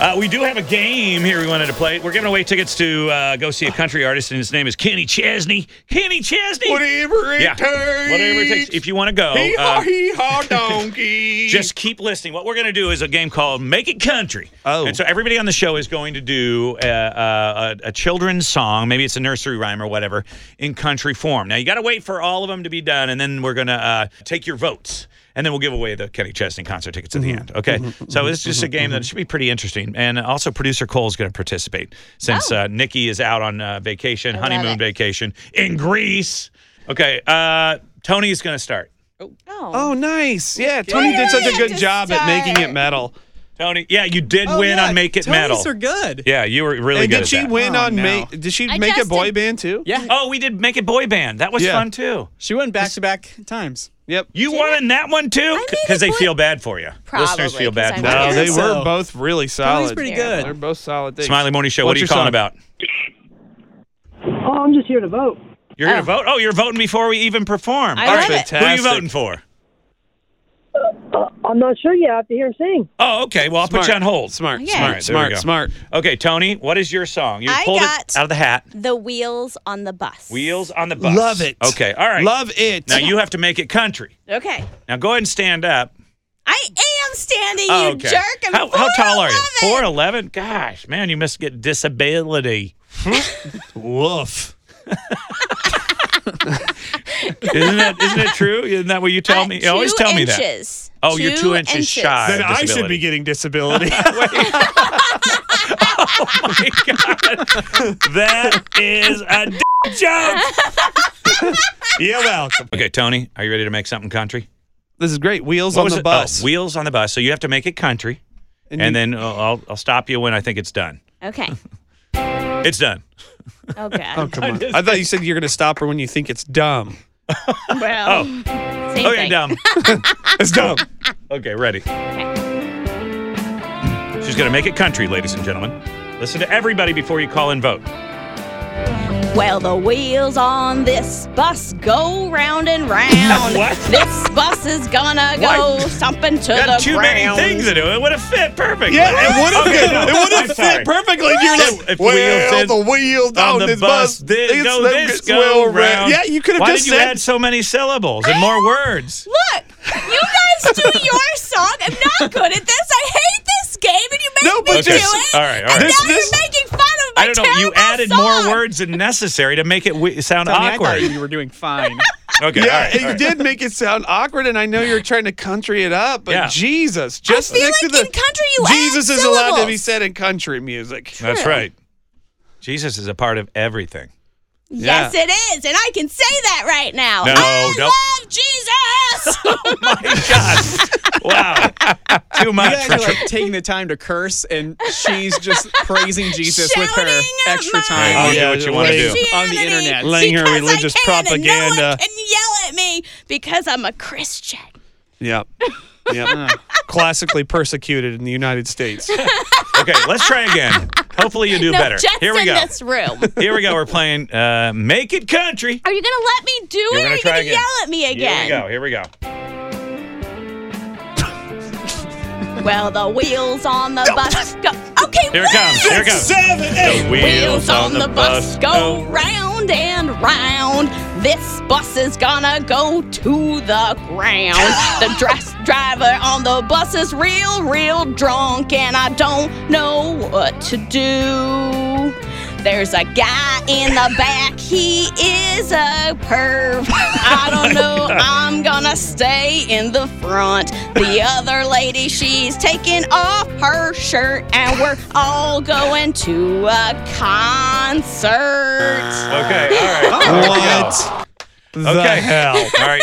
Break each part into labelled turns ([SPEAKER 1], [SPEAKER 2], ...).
[SPEAKER 1] Uh, we do have a game here we wanted to play. We're giving away tickets to uh, go see a country artist, and his name is Kenny Chesney. Kenny Chesney!
[SPEAKER 2] Whatever it
[SPEAKER 1] yeah.
[SPEAKER 2] takes.
[SPEAKER 1] Whatever it takes. If you want to go,
[SPEAKER 2] Hee haw,
[SPEAKER 1] uh,
[SPEAKER 2] hee haw, donkey.
[SPEAKER 1] just keep listening. What we're going to do is a game called Make It Country.
[SPEAKER 2] Oh.
[SPEAKER 1] And so everybody on the show is going to do a, a, a children's song. Maybe it's a nursery rhyme or whatever in country form. Now, you got to wait for all of them to be done, and then we're going to uh, take your votes. And then we'll give away the Kenny Chesney concert tickets at the end. Okay. so it's just a game that should be pretty interesting. And also, producer Cole's going to participate since uh, Nikki is out on uh, vacation,
[SPEAKER 3] Oh. love
[SPEAKER 1] honeymoon
[SPEAKER 3] it.
[SPEAKER 1] vacation in Greece. Okay. Uh, Tony is going to start.
[SPEAKER 3] Oh.
[SPEAKER 4] Oh, nice. Yeah, Tony did such a
[SPEAKER 3] Yay,
[SPEAKER 4] good
[SPEAKER 3] to
[SPEAKER 4] job at making
[SPEAKER 3] start.
[SPEAKER 4] it metal.
[SPEAKER 1] Tony, yeah, you did
[SPEAKER 4] Oh,
[SPEAKER 1] win
[SPEAKER 4] yeah,
[SPEAKER 1] on Make It
[SPEAKER 4] Tonys
[SPEAKER 1] Metal.
[SPEAKER 4] are good.
[SPEAKER 1] Yeah, you were really good.
[SPEAKER 4] and did
[SPEAKER 1] at
[SPEAKER 4] she
[SPEAKER 1] that.
[SPEAKER 4] win
[SPEAKER 2] Oh,
[SPEAKER 4] on
[SPEAKER 2] no.
[SPEAKER 4] make? Did she
[SPEAKER 3] I
[SPEAKER 4] make it
[SPEAKER 3] just
[SPEAKER 4] boy
[SPEAKER 3] did-
[SPEAKER 4] band too?
[SPEAKER 5] Yeah.
[SPEAKER 1] Oh, we did make it boy band. That was
[SPEAKER 4] Yeah.
[SPEAKER 1] fun too.
[SPEAKER 5] She went back to back times.
[SPEAKER 4] Yep.
[SPEAKER 1] You won in that one too,
[SPEAKER 3] made
[SPEAKER 1] because
[SPEAKER 3] it
[SPEAKER 1] they
[SPEAKER 3] boy-
[SPEAKER 1] feel bad for you.
[SPEAKER 3] Probably,
[SPEAKER 1] Listeners feel
[SPEAKER 3] 'cause
[SPEAKER 1] bad.
[SPEAKER 3] I'm
[SPEAKER 1] for
[SPEAKER 4] No,
[SPEAKER 1] you.
[SPEAKER 3] Yeah.
[SPEAKER 4] they
[SPEAKER 5] So-
[SPEAKER 4] were both really
[SPEAKER 5] Tony's
[SPEAKER 4] solid.
[SPEAKER 5] pretty
[SPEAKER 3] Terrible.
[SPEAKER 4] They're
[SPEAKER 5] good.
[SPEAKER 4] both solid things.
[SPEAKER 1] Smiley Morning Show. what
[SPEAKER 4] What's
[SPEAKER 1] are you
[SPEAKER 4] your
[SPEAKER 1] calling
[SPEAKER 4] song?
[SPEAKER 1] about?
[SPEAKER 6] Oh, I'm just here to vote.
[SPEAKER 1] You're here to vote. Oh, you're voting before we even perform.
[SPEAKER 3] I
[SPEAKER 1] All
[SPEAKER 3] love
[SPEAKER 1] right.
[SPEAKER 3] it.
[SPEAKER 1] Who are you
[SPEAKER 4] Fantastic.
[SPEAKER 1] voting for?
[SPEAKER 6] I'm not sure yet. I have to hear him sing.
[SPEAKER 1] Oh, okay. Well, I'll put
[SPEAKER 4] Smart.
[SPEAKER 1] you on hold.
[SPEAKER 4] Smart,
[SPEAKER 3] Yeah.
[SPEAKER 1] All
[SPEAKER 4] smart,
[SPEAKER 1] right, there we
[SPEAKER 4] smart,
[SPEAKER 1] go.
[SPEAKER 4] smart.
[SPEAKER 1] Okay, Tony, what is your song? You
[SPEAKER 3] I
[SPEAKER 1] pulled it
[SPEAKER 3] got-
[SPEAKER 1] out of the hat.
[SPEAKER 3] The wheels on the bus.
[SPEAKER 1] Wheels on the bus.
[SPEAKER 4] Love it.
[SPEAKER 1] Okay. All right.
[SPEAKER 4] Love it.
[SPEAKER 1] Now you have to make it country.
[SPEAKER 3] Okay.
[SPEAKER 1] Now go ahead and stand up.
[SPEAKER 3] I am standing, you
[SPEAKER 1] Oh, okay.
[SPEAKER 3] jerk. I'm
[SPEAKER 1] how, how tall are you?
[SPEAKER 3] 4'11".
[SPEAKER 1] Four eleven. Gosh, man, you must get disability.
[SPEAKER 4] woof.
[SPEAKER 1] Isn't that isn't it true? Isn't that what you tell
[SPEAKER 3] Uh,
[SPEAKER 1] me? You always
[SPEAKER 3] two
[SPEAKER 1] tell me that.
[SPEAKER 3] inches.
[SPEAKER 1] Oh, you're two inches shy.
[SPEAKER 4] Then I should
[SPEAKER 1] Disability.
[SPEAKER 4] be getting disability.
[SPEAKER 1] Oh, My God, that is a d- joke.
[SPEAKER 4] You're welcome.
[SPEAKER 1] Okay, Tony, are you ready to make something country?
[SPEAKER 4] This is great. Wheels
[SPEAKER 1] What
[SPEAKER 4] on
[SPEAKER 1] was
[SPEAKER 4] the
[SPEAKER 1] it? Oh,
[SPEAKER 4] bus.
[SPEAKER 1] wheels on the bus. So you have to make it country, and,
[SPEAKER 4] you-
[SPEAKER 1] then I'll, I'll- I'll stop you when I think it's done.
[SPEAKER 3] Okay.
[SPEAKER 1] It's done.
[SPEAKER 3] Oh, God.
[SPEAKER 4] Oh, come on. I thought you said you're going to stop her when you think it's dumb.
[SPEAKER 3] Well,
[SPEAKER 1] Oh.
[SPEAKER 3] same
[SPEAKER 1] Okay,
[SPEAKER 3] thing.
[SPEAKER 1] dumb.
[SPEAKER 4] It's dumb.
[SPEAKER 1] Okay, ready. She's gonna make it country, ladies and gentlemen. Listen to everybody before you call and vote.
[SPEAKER 3] Well, the wheels on this bus go round and round.
[SPEAKER 1] What?
[SPEAKER 3] This bus is gonna go
[SPEAKER 1] What?
[SPEAKER 3] stomping to
[SPEAKER 1] Got
[SPEAKER 3] the
[SPEAKER 1] too
[SPEAKER 3] ground.
[SPEAKER 1] many things to do. It would have fit perfectly.
[SPEAKER 4] Yeah, it would have
[SPEAKER 1] Okay,
[SPEAKER 4] fit. It would
[SPEAKER 1] I'm
[SPEAKER 4] have
[SPEAKER 1] sorry.
[SPEAKER 4] fit perfectly. You're
[SPEAKER 1] If-
[SPEAKER 4] like,
[SPEAKER 1] if
[SPEAKER 4] well,
[SPEAKER 1] wheels
[SPEAKER 4] the
[SPEAKER 1] in-
[SPEAKER 4] wheels
[SPEAKER 1] on
[SPEAKER 4] on,
[SPEAKER 1] the
[SPEAKER 4] this
[SPEAKER 1] bus,
[SPEAKER 4] bus.
[SPEAKER 1] this
[SPEAKER 4] it's
[SPEAKER 1] go
[SPEAKER 4] the
[SPEAKER 1] this
[SPEAKER 4] gets well
[SPEAKER 1] go round.
[SPEAKER 4] Yeah, you could have
[SPEAKER 1] Why
[SPEAKER 4] just
[SPEAKER 1] did you
[SPEAKER 4] said.
[SPEAKER 1] add so many syllables and more words?
[SPEAKER 3] Look, you guys do your song. I'm not good at this. I hate this game, and you make
[SPEAKER 4] No, but
[SPEAKER 3] me
[SPEAKER 4] Okay,
[SPEAKER 3] do
[SPEAKER 4] so-
[SPEAKER 3] it.
[SPEAKER 1] all right, all
[SPEAKER 3] And
[SPEAKER 1] right.
[SPEAKER 3] now
[SPEAKER 4] This-
[SPEAKER 3] you're
[SPEAKER 4] this-
[SPEAKER 3] making fun of
[SPEAKER 1] I
[SPEAKER 3] my
[SPEAKER 1] don't know. You
[SPEAKER 3] terrible
[SPEAKER 1] added
[SPEAKER 3] song.
[SPEAKER 1] more words than necessary to make it w- sound
[SPEAKER 5] Tony, I
[SPEAKER 1] awkward.
[SPEAKER 5] thought you were doing fine.
[SPEAKER 1] okay, all
[SPEAKER 4] yeah,
[SPEAKER 1] right,
[SPEAKER 4] it
[SPEAKER 1] all right.
[SPEAKER 4] did make it sound awkward, and I know you're trying to country it up, but
[SPEAKER 1] Yeah.
[SPEAKER 4] Jesus, just
[SPEAKER 3] feel
[SPEAKER 4] next
[SPEAKER 3] like
[SPEAKER 4] to the
[SPEAKER 3] in country you add
[SPEAKER 4] Jesus is allowed to be
[SPEAKER 3] syllables.
[SPEAKER 4] said in country music.
[SPEAKER 1] That's right. Jesus is a part of everything.
[SPEAKER 3] Yes, it is, and I can say that right now.
[SPEAKER 1] No,
[SPEAKER 3] I
[SPEAKER 1] don't-
[SPEAKER 3] love Jesus.
[SPEAKER 1] Wow, too
[SPEAKER 5] You
[SPEAKER 1] much.
[SPEAKER 5] guys are like taking the time to curse, and she's just praising Jesus with her
[SPEAKER 3] Shouting at
[SPEAKER 5] extra
[SPEAKER 3] my-
[SPEAKER 5] time.
[SPEAKER 1] All right,
[SPEAKER 5] on
[SPEAKER 1] you do
[SPEAKER 4] Yeah,
[SPEAKER 1] what you want to
[SPEAKER 4] wait.
[SPEAKER 1] do.
[SPEAKER 5] the- On the
[SPEAKER 3] Christianity
[SPEAKER 5] internet.
[SPEAKER 4] Laying her
[SPEAKER 3] because I
[SPEAKER 4] religious
[SPEAKER 3] can, and No
[SPEAKER 4] propaganda.
[SPEAKER 3] one can yell at me because I'm a Christian.
[SPEAKER 4] Yep. Yep. Classically persecuted in the United States.
[SPEAKER 1] Okay, let's try again. Hopefully, you do
[SPEAKER 3] no,
[SPEAKER 1] better.
[SPEAKER 3] just
[SPEAKER 1] Here we
[SPEAKER 3] in
[SPEAKER 1] go.
[SPEAKER 3] this room.
[SPEAKER 1] Here we go. We're playing uh, "Make It Country."
[SPEAKER 3] Are you gonna let me do
[SPEAKER 1] You're
[SPEAKER 3] it? Or
[SPEAKER 1] gonna
[SPEAKER 3] are you
[SPEAKER 1] try
[SPEAKER 3] gonna
[SPEAKER 1] again.
[SPEAKER 3] yell at me
[SPEAKER 1] Here we
[SPEAKER 3] again?
[SPEAKER 1] go. Here we go.
[SPEAKER 3] Well, the wheels on the bus go. Okay,
[SPEAKER 1] Here it comes. Here it goes.
[SPEAKER 3] wheels!
[SPEAKER 1] The
[SPEAKER 3] Wheels on the bus go round and round. This bus is gonna go to the ground. the dress driver on the bus is real, real drunk, and I don't know what to do. There's a guy in the back, he is a perv. I don't know, I'm gonna stay in the front. The other lady, she's taking off her shirt, and we're all going to a concert.
[SPEAKER 1] Okay. All right.
[SPEAKER 4] what the
[SPEAKER 1] Okay.
[SPEAKER 4] hell?
[SPEAKER 1] All right.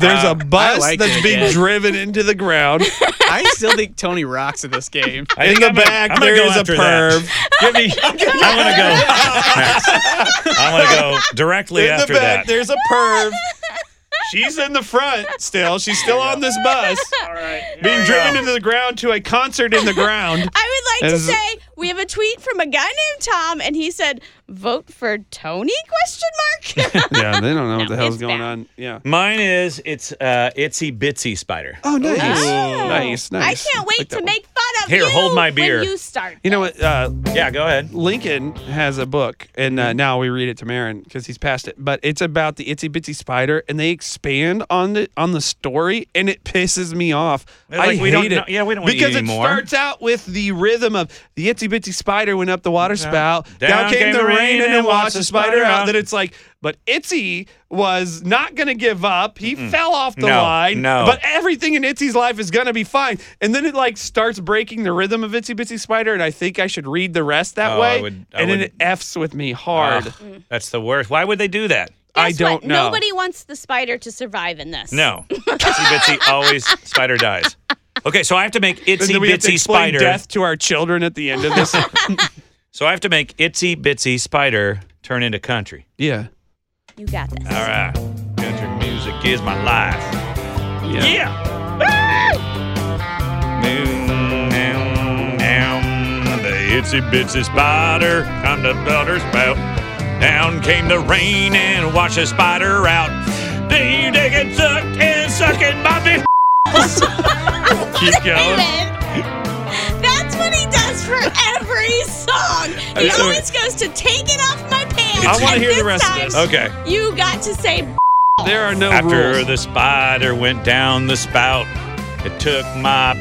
[SPEAKER 4] There's
[SPEAKER 1] Uh,
[SPEAKER 4] a bus
[SPEAKER 5] like
[SPEAKER 4] that's
[SPEAKER 5] it,
[SPEAKER 4] being
[SPEAKER 5] yeah.
[SPEAKER 4] driven into the ground.
[SPEAKER 5] I still think Tony rocks at this game.
[SPEAKER 1] I
[SPEAKER 4] in
[SPEAKER 1] think
[SPEAKER 4] the
[SPEAKER 1] I'm gonna-
[SPEAKER 4] back,
[SPEAKER 1] I'm gonna
[SPEAKER 4] there
[SPEAKER 1] go
[SPEAKER 4] is a
[SPEAKER 1] after that.
[SPEAKER 4] perv.
[SPEAKER 1] Give me. I'm gonna go. next. I'm gonna go directly
[SPEAKER 4] in
[SPEAKER 1] after
[SPEAKER 4] the
[SPEAKER 1] that.
[SPEAKER 4] back, there's a perv. She's in the front still. She's still on this bus. Being driven into the ground to a concert in the ground.
[SPEAKER 3] I would like to
[SPEAKER 4] As-
[SPEAKER 3] say we have a tweet from a guy named Tom, and he said, "Vote for Tony?" Question mark.
[SPEAKER 4] yeah, they don't know what the hell's
[SPEAKER 3] it's
[SPEAKER 4] going
[SPEAKER 3] bad.
[SPEAKER 4] on. Yeah.
[SPEAKER 1] Mine is it's uh, itsy bitsy spider.
[SPEAKER 4] Oh, nice.
[SPEAKER 3] Oh.
[SPEAKER 4] Nice, nice.
[SPEAKER 3] I can't wait
[SPEAKER 4] Like that
[SPEAKER 3] to
[SPEAKER 4] one.
[SPEAKER 3] make fun of you.
[SPEAKER 1] Here, hold my beer.
[SPEAKER 3] When you start.
[SPEAKER 4] You know what? Uh,
[SPEAKER 1] Yeah, go ahead.
[SPEAKER 4] Lincoln has a book, and
[SPEAKER 1] Mm-hmm.
[SPEAKER 4] uh, now we read it to Marin because he's past it. But it's about the itsy bitsy spider, and they expand on the on the story, and it pisses me off.
[SPEAKER 1] They're
[SPEAKER 4] I
[SPEAKER 1] like,
[SPEAKER 4] hate
[SPEAKER 1] "We don't
[SPEAKER 4] it.
[SPEAKER 1] know- yeah, we don't want you
[SPEAKER 4] because it
[SPEAKER 1] anymore."
[SPEAKER 4] starts out with the rhythm of the itsy bitsy spider went up the water spout, down, came, the rain, and then washed the spider out. Then it's like, but itsy was not going to give up. He fell off the
[SPEAKER 1] No,
[SPEAKER 4] line.
[SPEAKER 1] no.
[SPEAKER 4] but everything in Itsy's life is gonna be fine. And then it like starts breaking the rhythm of Itsy Bitsy Spider, and I think I should read the rest that
[SPEAKER 1] Oh, I
[SPEAKER 4] way.
[SPEAKER 1] would- I
[SPEAKER 4] and then
[SPEAKER 1] would-
[SPEAKER 4] it f's with me hard.
[SPEAKER 1] Ugh, that's the worst. Why would they do that?
[SPEAKER 4] I
[SPEAKER 3] Guess
[SPEAKER 4] don't
[SPEAKER 3] what?
[SPEAKER 4] know.
[SPEAKER 3] Nobody wants the spider to survive in this.
[SPEAKER 1] No. Itsy bitsy always spider dies. Okay, so I have to make
[SPEAKER 4] and
[SPEAKER 1] itsy
[SPEAKER 4] then we have to
[SPEAKER 1] bitsy
[SPEAKER 4] explain
[SPEAKER 1] spider.
[SPEAKER 4] death to our children at the end of this.
[SPEAKER 1] So I have to make itsy bitsy spider turn into country.
[SPEAKER 4] yeah.
[SPEAKER 3] You got this.
[SPEAKER 1] All right. Country music is my life.
[SPEAKER 4] Yeah.
[SPEAKER 1] Down the itsy bitsy spider climbed up the water spout. Down came the rain and washed the spider out. They dig and suck and suck in my bitch. Keep going.
[SPEAKER 3] David. That's what he does for every song. He
[SPEAKER 1] Okay.
[SPEAKER 3] always goes to take it off my pants.
[SPEAKER 4] I wanna
[SPEAKER 3] and
[SPEAKER 4] hear the rest of
[SPEAKER 3] time,
[SPEAKER 4] this.
[SPEAKER 1] Okay.
[SPEAKER 3] You got to say
[SPEAKER 4] There are no
[SPEAKER 1] After
[SPEAKER 4] rules.
[SPEAKER 1] the spider went down the spout, it took my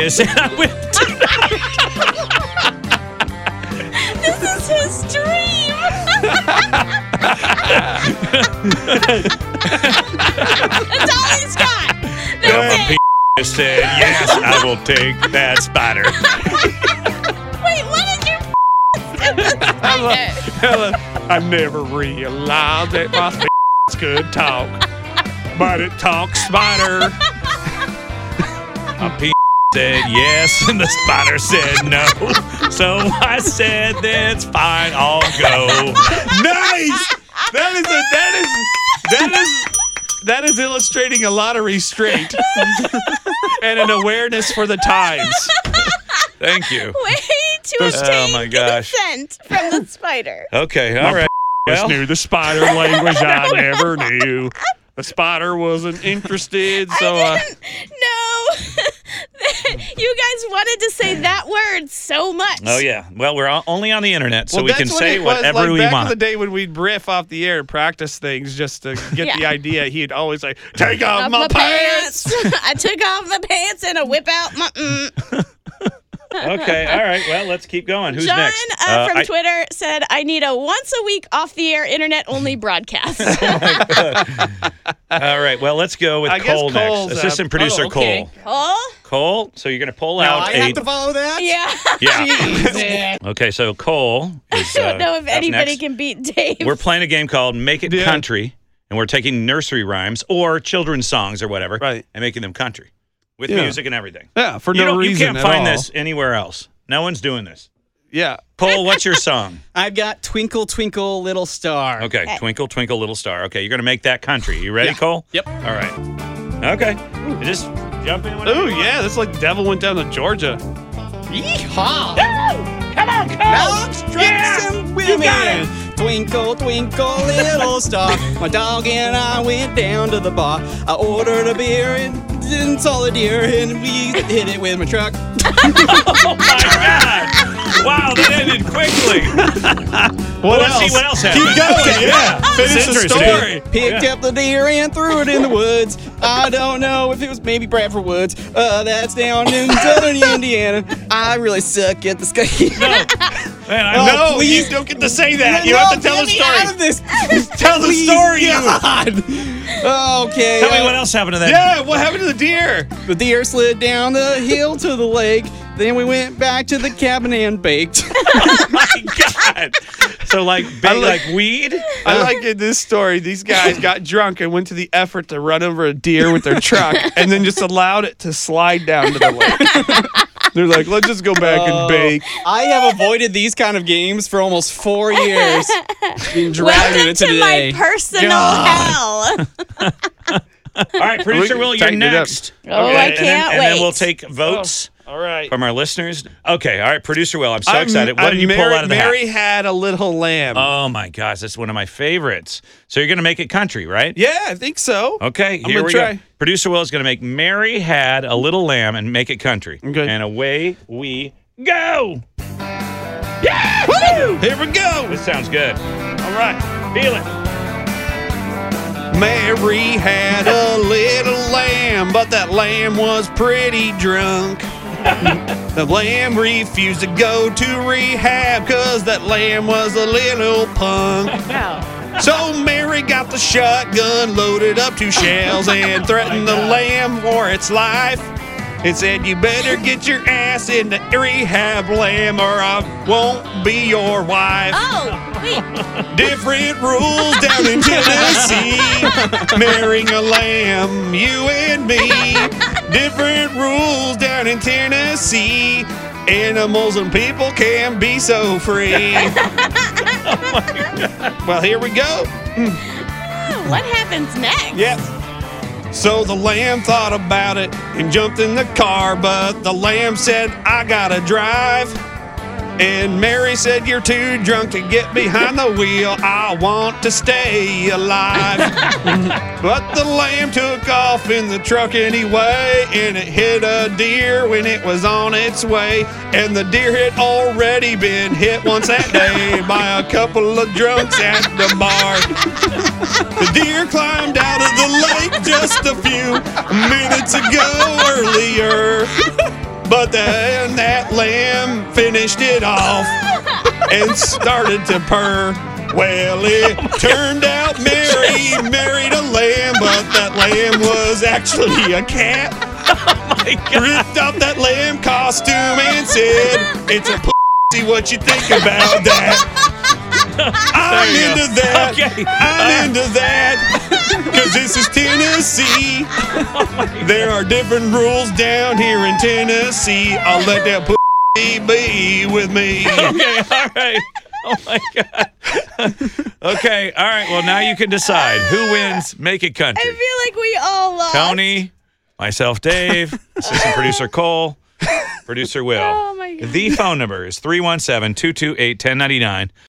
[SPEAKER 1] penis and I went to
[SPEAKER 3] this is his dream. That's all he's got.
[SPEAKER 1] my
[SPEAKER 3] That's it.
[SPEAKER 1] penis said, yes, I will take that spider.
[SPEAKER 3] Wait, what did you? spider?
[SPEAKER 4] I never realized that my f- could talk. But it talks spider.
[SPEAKER 1] My penis said yes, and the spider said no. So I said, that's fine, I'll go.
[SPEAKER 4] nice! That is a that is that is that is illustrating a lot of restraint and an awareness for the times.
[SPEAKER 1] Thank you.
[SPEAKER 3] Way to obtain
[SPEAKER 1] my gosh.
[SPEAKER 3] consent from the spider.
[SPEAKER 1] Okay, all right. Well,
[SPEAKER 4] knew the spider language I never knew. The spider wasn't interested, so uh,
[SPEAKER 3] No, you guys wanted to say that word so much.
[SPEAKER 1] oh yeah. Well, we're all, only on the internet, so
[SPEAKER 4] well,
[SPEAKER 1] we
[SPEAKER 4] that's
[SPEAKER 1] can
[SPEAKER 4] what
[SPEAKER 1] say
[SPEAKER 4] it was,
[SPEAKER 1] whatever
[SPEAKER 4] like,
[SPEAKER 1] we
[SPEAKER 4] back
[SPEAKER 1] want.
[SPEAKER 4] in the day when we'd riff off the air, and practice things just to get
[SPEAKER 3] Yeah.
[SPEAKER 4] the idea. He'd always say, "Take off,
[SPEAKER 3] Off
[SPEAKER 4] my, pants."
[SPEAKER 3] I took off my pants and I whip out my. Mm.
[SPEAKER 1] okay, all right. Well, let's keep going. Who's
[SPEAKER 3] John
[SPEAKER 1] next?
[SPEAKER 3] Uh,
[SPEAKER 1] Uh,
[SPEAKER 3] from
[SPEAKER 1] I-
[SPEAKER 3] Twitter said, "I need a once a week off the air internet only broadcast."
[SPEAKER 1] All right. Well, let's go with
[SPEAKER 4] I guess
[SPEAKER 1] Cole next.
[SPEAKER 4] Cole's uh, up.
[SPEAKER 1] Assistant producer
[SPEAKER 5] Oh, okay.
[SPEAKER 1] Cole.
[SPEAKER 3] oh,
[SPEAKER 1] Cole, so you're going to pull
[SPEAKER 5] Now
[SPEAKER 1] out
[SPEAKER 5] I
[SPEAKER 1] a
[SPEAKER 5] have to follow that.
[SPEAKER 3] yeah.
[SPEAKER 1] yeah. okay, so Cole is
[SPEAKER 3] I don't
[SPEAKER 1] uh,
[SPEAKER 3] know if
[SPEAKER 1] up
[SPEAKER 3] anybody
[SPEAKER 1] next.
[SPEAKER 3] can beat Dave.
[SPEAKER 1] We're playing a game called Make It
[SPEAKER 4] Yeah.
[SPEAKER 1] Country and we're taking nursery rhymes or children's songs or whatever
[SPEAKER 4] Right.
[SPEAKER 1] and making them country with
[SPEAKER 4] Yeah.
[SPEAKER 1] music and everything.
[SPEAKER 4] Yeah, for
[SPEAKER 1] you,
[SPEAKER 4] no
[SPEAKER 1] don't- you
[SPEAKER 4] reason
[SPEAKER 1] can't
[SPEAKER 4] at
[SPEAKER 1] find
[SPEAKER 4] all.
[SPEAKER 1] this anywhere else. No one's doing this.
[SPEAKER 4] Yeah,
[SPEAKER 1] Cole, what's your song?
[SPEAKER 5] I've got Twinkle Twinkle Little Star.
[SPEAKER 1] Okay, Twinkle Twinkle Little Star. Okay, you're going to make that country. You ready, Cole?
[SPEAKER 5] Yep.
[SPEAKER 1] All right. Okay. Just jump in. whenever
[SPEAKER 4] Oh
[SPEAKER 1] you want.
[SPEAKER 4] yeah, that's like devil went down to Georgia.
[SPEAKER 5] Yeehaw! Dogs, trucks, and women. Twinkle, twinkle, little star. My dog and I went down to the bar. I ordered a beer and didn't saw a deer, and we hit it with my truck.
[SPEAKER 1] God. Wow, that ended quickly.
[SPEAKER 4] What
[SPEAKER 1] Let's see what else happened.
[SPEAKER 4] Keep going. Yeah, finish the
[SPEAKER 1] interesting.
[SPEAKER 4] story.
[SPEAKER 5] Picked
[SPEAKER 1] Yeah.
[SPEAKER 5] up the deer and threw it in the woods. I don't know if it was maybe Bradford Woods. Uh, that's down in southern Indiana. I really suck at this game. No,
[SPEAKER 1] Man, I know.
[SPEAKER 5] Oh,
[SPEAKER 4] No,
[SPEAKER 5] please.
[SPEAKER 4] you don't get to say that. you
[SPEAKER 5] no,
[SPEAKER 4] have to tell
[SPEAKER 5] get
[SPEAKER 4] the
[SPEAKER 5] me
[SPEAKER 4] story.
[SPEAKER 5] Out of this.
[SPEAKER 4] Tell the
[SPEAKER 5] Please,
[SPEAKER 4] story. You.
[SPEAKER 5] God. Okay.
[SPEAKER 1] Tell me
[SPEAKER 5] uh,
[SPEAKER 1] what else happened to that.
[SPEAKER 4] Yeah, what happened to the deer?
[SPEAKER 5] The deer slid down the hill to the lake. Then we went back to the cabin and baked.
[SPEAKER 1] God. So like big, like weed.
[SPEAKER 4] I like in this story, these guys got drunk and went to the effort to run over a deer with their truck and then just allowed it to slide down to the lake. They're like, let's just go back
[SPEAKER 1] Oh.
[SPEAKER 4] and bake.
[SPEAKER 5] Oh, I have avoided these kind of games for almost four years. Being dragged
[SPEAKER 3] Welcome
[SPEAKER 5] into
[SPEAKER 3] to
[SPEAKER 5] today.
[SPEAKER 3] my personal hell.
[SPEAKER 1] All right, producer
[SPEAKER 4] We
[SPEAKER 1] Will, you're
[SPEAKER 4] tightened it up.
[SPEAKER 1] next.
[SPEAKER 3] Oh, I
[SPEAKER 1] And then,
[SPEAKER 3] can't
[SPEAKER 1] and then
[SPEAKER 3] wait.
[SPEAKER 1] we'll take votes.
[SPEAKER 4] All right.
[SPEAKER 1] from our listeners? Okay, all right, producer Will, I'm so excited. What did you pull out of the hat?
[SPEAKER 4] Mary had a little lamb.
[SPEAKER 1] Oh my gosh, that's one of my favorites. So you're gonna make it country, right?
[SPEAKER 4] yeah, I think so.
[SPEAKER 1] Okay,
[SPEAKER 4] I'm
[SPEAKER 1] here
[SPEAKER 4] gonna
[SPEAKER 1] we
[SPEAKER 4] try.
[SPEAKER 1] go. Producer Will is gonna make Mary had a little lamb and make it country.
[SPEAKER 4] Okay.
[SPEAKER 1] And away we go. Oh.
[SPEAKER 4] Here we go.
[SPEAKER 1] This sounds good. All right, feel it.
[SPEAKER 4] Mary had a little lamb, but that lamb was pretty drunk. the lamb refused to go to rehab because that lamb was a little punk. So Mary got the shotgun loaded up to shells and threatened the lamb for its life. And said, You better get your ass into rehab, lamb, or I won't be your wife.
[SPEAKER 3] Oh, wait.
[SPEAKER 4] Different rules down in Tennessee. Marrying a lamb, you and me. Different rules down in Tennessee. Animals and people can be so free. well, here we go.
[SPEAKER 3] What happens next?
[SPEAKER 4] Yep. So the lamb thought about it and jumped in the car, but the lamb said, I gotta drive. And Mary said, You're too drunk to get behind the wheel. I want to stay alive. but the lamb took off in the truck anyway, and it hit a deer when it was on its way. And the deer had already been hit once that day by a couple of drunks at the bar. The deer climbed out of the lake just a few minutes ago earlier. But then that lamb finished it off and started to purr. Well, it
[SPEAKER 1] Oh
[SPEAKER 4] turned out Mary married a lamb, but that lamb was actually a cat.
[SPEAKER 1] Oh
[SPEAKER 4] Ripped off that lamb costume and said, It's a pussy what you think about that. I'm
[SPEAKER 1] There you go.
[SPEAKER 4] into that.
[SPEAKER 1] Okay. Uh.
[SPEAKER 4] I'm into that. Cause this is Tennessee.
[SPEAKER 1] Oh
[SPEAKER 4] there are different rules down here in Tennessee. I'll let that pussy be with me.
[SPEAKER 1] Okay, all right. Oh my god. okay, all right. Well, now you can decide who wins. Make it country.
[SPEAKER 3] I feel like we all lost.
[SPEAKER 1] Tony, myself, Dave, assistant producer Cole, producer Will.
[SPEAKER 3] Oh, my God.
[SPEAKER 1] The phone number is 317 228 1099.